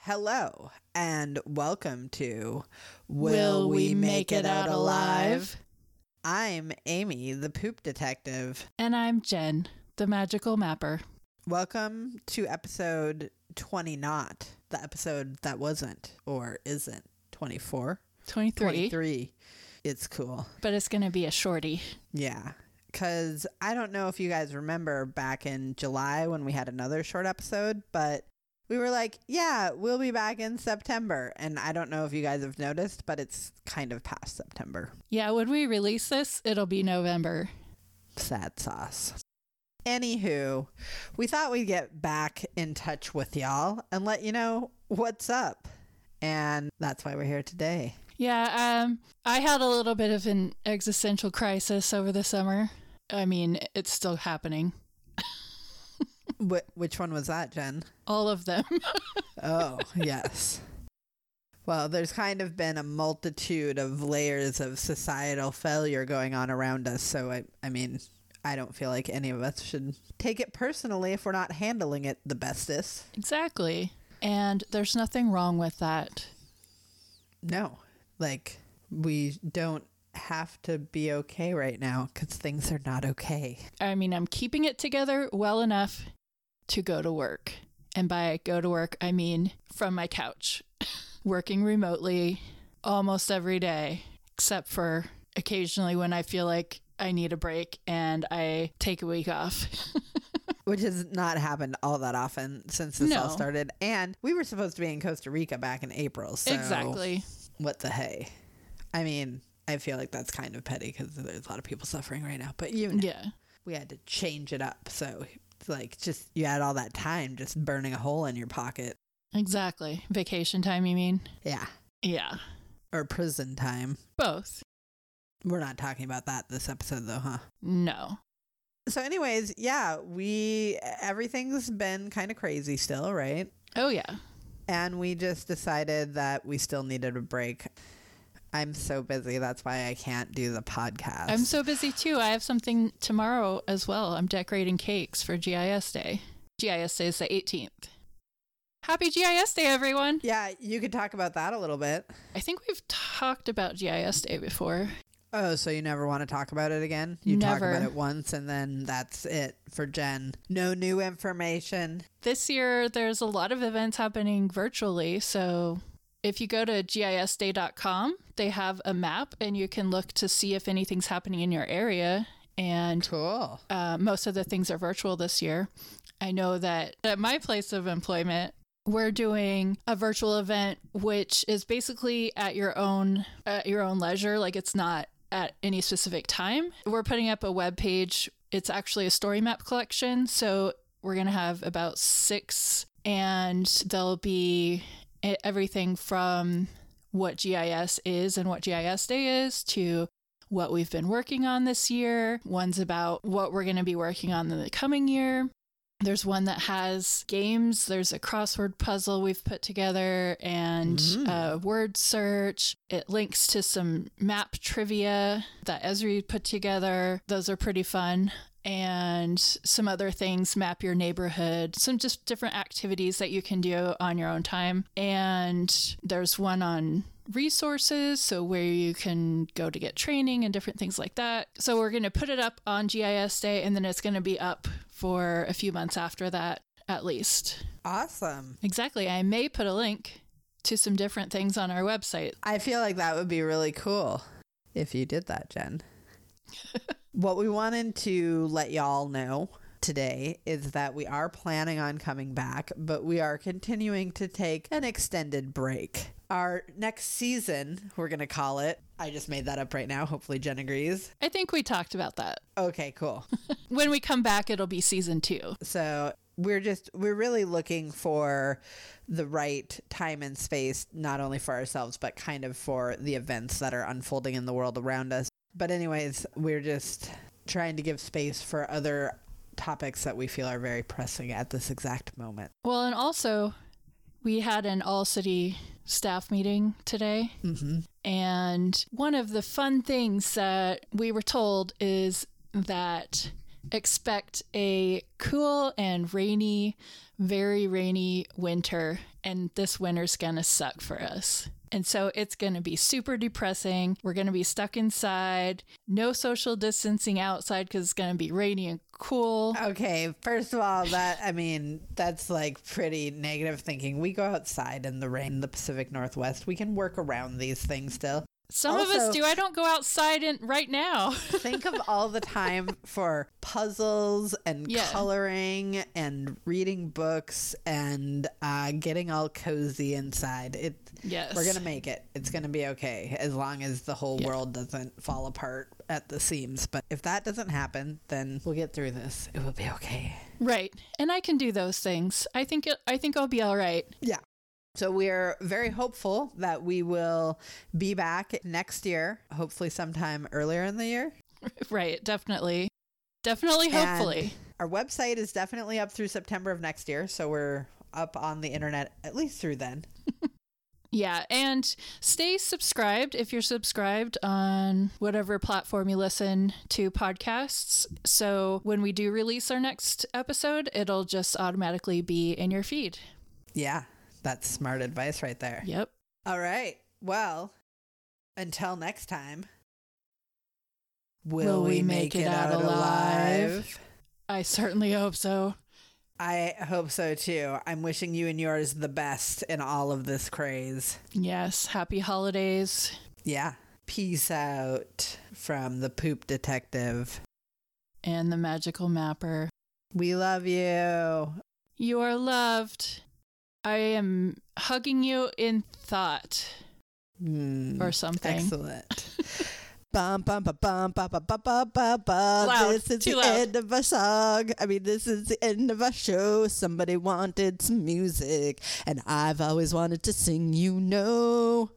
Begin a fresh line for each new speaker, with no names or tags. Hello and welcome to
Will We Make It Out Alive?
I'm Amy, the poop detective.
And I'm Jen, the magical mapper.
Welcome to episode 20 not, the episode that wasn't or isn't 24,
23,
23. It's cool.
but it's going to be a shorty.
Yeah. Because I don't know if you guys remember back in July when we had another short episode, but we were like, yeah, we'll be back in September. And I don't know if you guys have noticed, but it's kind of past September.
Yeah, when we release this, it'll be November.
Sad sauce. Anywho, we thought we'd get back in touch with y'all and let you know what's up. And that's why we're here today.
Yeah, um, I had a little bit of an existential crisis over the summer. I mean, it's still happening.
Wh- which one was that, Jen?
All of them.
Oh, yes. Well, there's kind of been a multitude of layers of societal failure going on around us. So, I, I mean, I don't feel like any of us should take it personally if we're not handling it the bestest.
exactly. And there's nothing wrong with that.
No, like, we don't have to be okay right now because things are not okay.
I mean, I'm keeping it together well enough to go to work. And by go to work, I mean from my couch, working remotely almost every day, except for occasionally when I feel like I need a break and I take a week off.
which has not happened all that often since this all
No.
started. And we were supposed to be in Costa Rica back in April. So
Exactly.
What the hey? I mean, I feel like that's kind of petty because there's a lot of people suffering right now. But you, know,
yeah.
we had to change it up. So it's like just you had all that time just burning a hole in your pocket.
Exactly. Vacation time, you mean?
Yeah,
Yeah.
or prison time.
Both.
We're not talking about that this episode though, huh?
No.
So, anyways, yeah, we everything's been kind of crazy still, right?
Oh, yeah.
And we just decided that we still needed a break. I'm so busy. That's why I can't do the podcast.
I'm so busy too. I have something tomorrow as well. I'm decorating cakes for GIS Day. GIS Day is the 18th. Happy GIS Day, everyone!
yeah, you could talk about that a little bit.
I think we've talked about GIS Day before.
Oh, so you never want to talk about it again? You talk
Never.
about it once and then that's it for Jen. No new information.
This year, there's a lot of events happening virtually. So if you go to gisday.com, they have a map and you can look to see if anything's happening in your area. And
Cool.
uh, most of the things are virtual this year. I know that at my place of employment, we're doing a virtual event, which is basically at your own at your own leisure. Like it's not at any specific time. We're putting up a web page. It's actually a story map collection, so we're gonna have about six, and there'll be e- everything from what GIS is and what GIS Day is to what we've been working on this year. One's about what we're going to be working on in the coming year. There's one that has games. There's a crossword puzzle we've put together and
Mm.
a word search. It links to some map trivia that Esri put together. Those are pretty fun. And some other things, map your neighborhood, some just different activities that you can do on your own time. And there's one on resources, so where you can go to get training and different things like that. So we're going to put it up on GIS Day and then it's going to be up for a few months after that, at least.
Awesome.
Exactly. I may put a link to some different things on our website.
I feel like that would be really cool if you did that, Jen. what we wanted to let y'all know today is that we are planning on coming back, but we are continuing to take an extended break. Our next season, we're going to call it. I just made that up right now. Hopefully, Jen agrees.
I think we talked about that.
Okay, cool.
When we come back, it'll be season two.
So we're just we're really looking for the right time and space not only for ourselves but kind of for the events that are unfolding in the world around us. But anyways, we're just trying to give space for other topics that we feel are very pressing at this exact moment.
Well, and also, we had an all city staff meeting today.
Mhm.
And one of the fun things that we were told is that expect a cool and rainy, very rainy winter and this winter's going to suck for us. And so it's going to be super depressing. We're going to be stuck inside, no social distancing outside because it's going to be rainy and cool.
Okay, first of all, that I mean, that's like pretty negative thinking. We go outside in the rain in the Pacific Northwest. We can work around these things still.
Some of us
Also-
do. I don't go outside in, right now.
Think of all the time for puzzles and
Yeah.
coloring and reading books and uh, getting all cozy inside. It
yes.
we're gonna make it. It's gonna be okay as long as the whole
Yeah.
world doesn't fall apart at the seams. But if that doesn't happen, then we'll get through this. It will be okay.
Right. And I can do those things. I think it, I think I'll be all right.
So we're very hopeful that we will be back next year, hopefully sometime earlier in the year.
Right, definitely. Definitely
And-
hopefully.
Our website is definitely up through September of next year, so we're up on the internet at least through then.
yeah, and stay subscribed if you're subscribed on whatever platform you listen to podcasts. So when we do release our next episode, it'll just automatically be in your feed.
Yeah, that's smart advice right there.
Yep.
All right. Well, until next time.
Will we make it out alive? I certainly hope so.
I hope so too. I'm wishing you and yours the best in all of this craze.
Yes, happy holidays.
Yeah. Peace out from the poop detective.
and the magical mapper.
We love you.
You are loved. I am hugging you in thought
Hmm.
or something.
Excellent. Bum bum ba bum ba ba ba ba ba ba.
Loud.
This is
Too
the
loud.
end of our song. I mean, this is the end of our show. Somebody wanted some music, and I've always wanted to sing. You know.